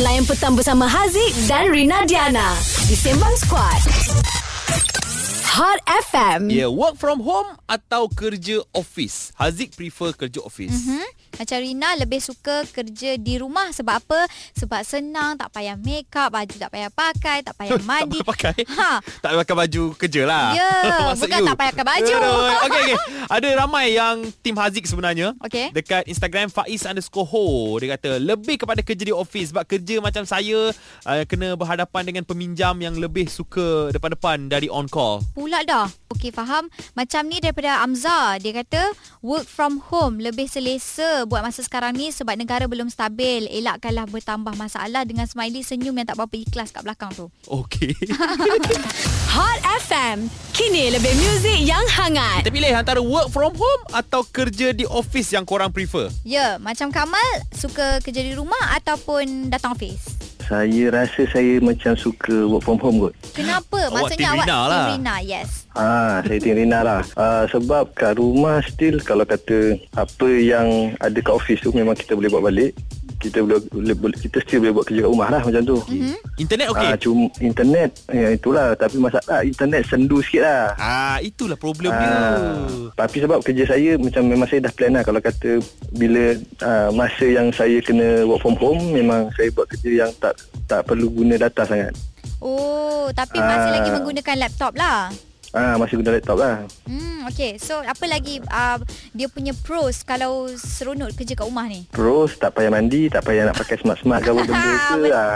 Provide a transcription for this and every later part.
Layan petang bersama Haziq dan Rina Diana di Sembang Squad. Hot FM. Hmm? Yeah, work from home atau kerja office. Haziq prefer kerja office. Mhm. Mm-hmm. Hmm? Macam Rina lebih suka kerja di rumah sebab apa? Sebab senang, tak payah make up, baju tak payah pakai, tak payah mandi. tak pakai. Ha. Tak pakai baju kerja lah. Ya, Maksud bukan you. tak pakai baju. Aduh, okay, okay. Ada ramai yang tim Haziq sebenarnya. Okay. Dekat Instagram Faiz underscore ho. Dia kata, lebih kepada kerja di office. Sebab kerja macam saya, uh, kena berhadapan dengan peminjam yang lebih suka depan-depan dari on call. Pula dah. Okey, faham. Macam ni daripada Amza. Dia kata, work from home lebih selesa buat masa sekarang ni sebab negara belum stabil. Elakkanlah bertambah masalah dengan smiley senyum yang tak berapa ikhlas kat belakang tu. Okay. Hot FM. Kini lebih muzik yang hangat. Kita pilih antara work from home atau kerja di office yang korang prefer. Ya, macam Kamal suka kerja di rumah ataupun datang office. Saya rasa saya macam suka work from home kot. Kenapa? Awak Maksudnya team awak Rina team lah. Rina, yes. Ha, saya tengok Rina lah. Uh, sebab kat rumah still kalau kata apa yang ada kat office tu memang kita boleh buat balik. Kita boleh, boleh, boleh kita still boleh buat kerja kat rumah lah macam tu. Mm-hmm. Internet Okay. okay? cuma internet ya itulah tapi masalah internet sendu sikit lah. Ah, itulah problem Ah, dia. tapi sebab kerja saya macam memang saya dah plan lah kalau kata bila uh, masa yang saya kena work from home memang saya buat kerja yang tak tak perlu guna data sangat. Oh, tapi masih Ah. lagi menggunakan laptop lah. Ah masih guna laptop lah. Hmm, okay. So, apa lagi uh, dia punya pros kalau seronok kerja kat rumah ni? Terus tak payah mandi Tak payah nak pakai smart-smart ke apa benda ke Betul. lah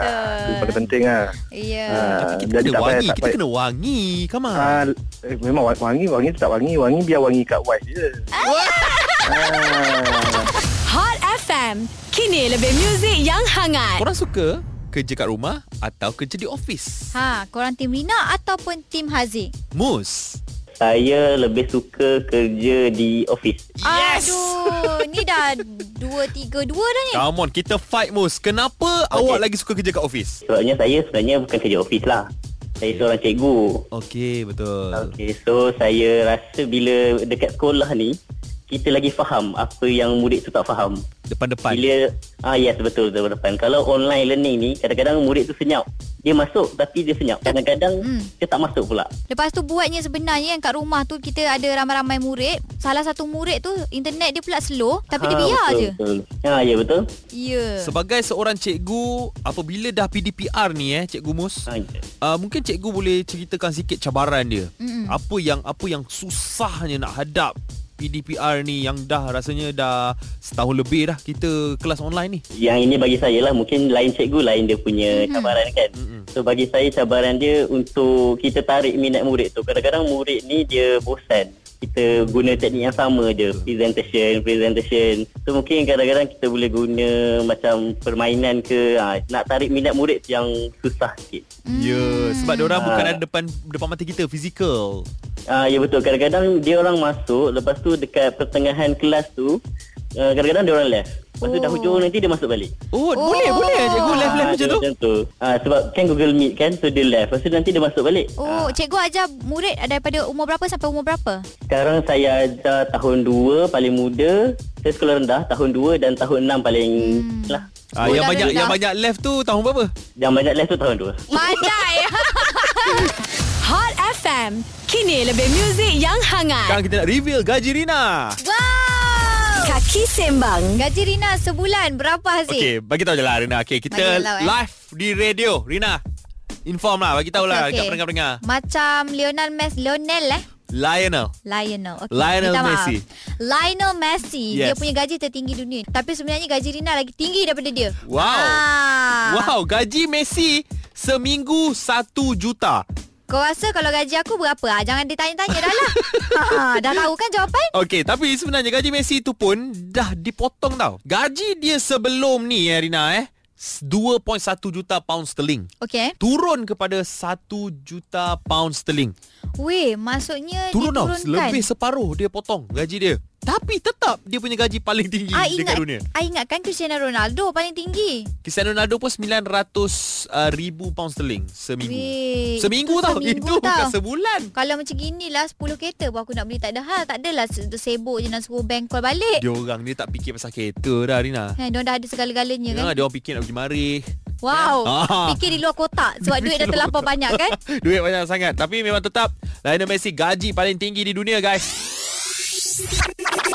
Itu paling penting lah Ah. Ya. Yeah. Tapi kita jadi kena tak payah- wangi. tak Kita payah- kena wangi. Come on. Ah, eh, memang wa- wangi Wangi tu tak wangi Wangi biar wangi kat wife je ah. Hot FM. Kini lebih muzik yang hangat. Korang suka kerja kat rumah atau kerja di office? Ha, korang tim Rina ataupun tim Haziq? Mus. Saya lebih suka kerja di office. Aduh, ni dah dua tiga dua dah ni. Come on, kita fight Mus. Kenapa okay. awak lagi suka kerja kat office? Sebabnya saya sebenarnya bukan kerja office lah. Saya seorang cikgu. Hmm. Okey, betul. Okey, so saya rasa bila dekat sekolah ni, kita lagi faham apa yang murid tu tak faham. Depan-depan. Bila ah yes betul betul depan. Kalau online learning ni kadang-kadang murid tu senyap. Dia masuk tapi dia senyap. Kadang-kadang Hmm. dia tak masuk pula. Lepas tu buatnya sebenarnya yang kat rumah tu kita ada ramai-ramai murid. Salah satu murid tu internet dia pula slow tapi dia Ah, biar betul, je. Betul. Ha ya betul. Ya. Sebagai seorang cikgu, apabila dah PDPR ni eh, Cikgu Mus, Ha, uh, mungkin cikgu boleh ceritakan sikit cabaran dia. Mm-mm. Apa yang apa yang susahnya nak hadap PDPR ni yang dah rasanya dah setahun lebih dah kita kelas online ni. Yang ini bagi saya lah Mungkin lain cikgu Lain dia punya Mhm. mm-hmm. cabaran kan Mhm. mm-hmm. So bagi saya cabaran dia Untuk kita tarik minat murid tu Kadang-kadang murid ni Dia bosan Kita guna teknik yang sama je Presentation Presentation So mungkin kadang-kadang Kita boleh guna Macam permainan ke ha, Nak tarik minat murid tu Yang susah sikit Mm. Hmm. Ya, yeah, sebab diorang Ah. bukan ada depan depan mata kita fizikal. Ah ya betul kadang-kadang dia orang masuk lepas tu dekat pertengahan kelas tu uh, kadang-kadang dia orang left. Lepas tu oh. dah Oh. hujung nanti dia masuk balik. Oh, oh. boleh boleh cikgu left left Ah, macam dia tu. Macam tu. Ah sebab kan Google Meet kan so dia left. Lepas tu nanti dia masuk balik. Oh, Ah, cikgu ajar murid daripada umur berapa sampai umur berapa? sekarang saya ajar tahun 2 paling muda, saya sekolah rendah tahun 2 dan tahun 6 paling Hmm. hmm. lah. Ah, yang Dah, banyak dah, yang dah. banyak left tu tahun berapa? Yang banyak left tu tahun 2. Pandai. Hot FM. Kini lebih muzik yang hangat. Sekarang kita nak reveal gaji Rina. wow! Kaki Sembang. Gaji Rina sebulan berapa Haziq? Okey, bagi tahu je lah Rina. Okey, kita Bagi tahu, eh. live di radio Rina. Inform lah, bagi tahu lah okay. dekat pendengar-pendengar. Macam Lionel Messi, Lionel eh? Lionel. Lionel. Okay. Lionel minta maaf. Messi. Lionel Messi. Yes. Dia Yes. punya gaji tertinggi dunia. Tapi sebenarnya gaji Rina lagi tinggi daripada dia. Wow. Ah. Wow, gaji Messi seminggu 1 juta. Kau rasa kalau gaji aku berapa? Ah, jangan dia tanya-tanya dah lah. ha, dah tahu kan jawapan? Okey, tapi sebenarnya gaji Messi tu pun dah dipotong tau. Gaji dia sebelum ni eh Rina eh 2.1 juta pound sterling. Okey. Turun kepada 1 juta pound sterling. Eh, Weh, maksudnya Turun tau. diturunkan. Lebih separuh dia potong gaji dia. Tapi tetap dia punya gaji paling tinggi Ah, dekat ingat, dunia. ah, ingatkan Cristiano Ronaldo paling tinggi. Cristiano Ronaldo pun 900 uh, ribu pound sterling seminggu. Weh, seminggu itu tau. Seminggu itu tau. bukan sebulan. Kalau macam gini lah 10 kereta pun aku nak beli tak ada hal. Tak adalah se- sibuk je nak suruh bank call balik. Dia orang ni tak fikir pasal kereta dah Rina. Kan, diorang dah ada segala-galanya Ya, kan? dia orang fikir nak pergi mari. Wow. Ah. Fikir di luar kotak sebab duit Fikir dah luar terlampau kotak. banyak kan? Duit banyak sangat Tapi memang tetap Lionel Messi gaji paling tinggi di dunia guys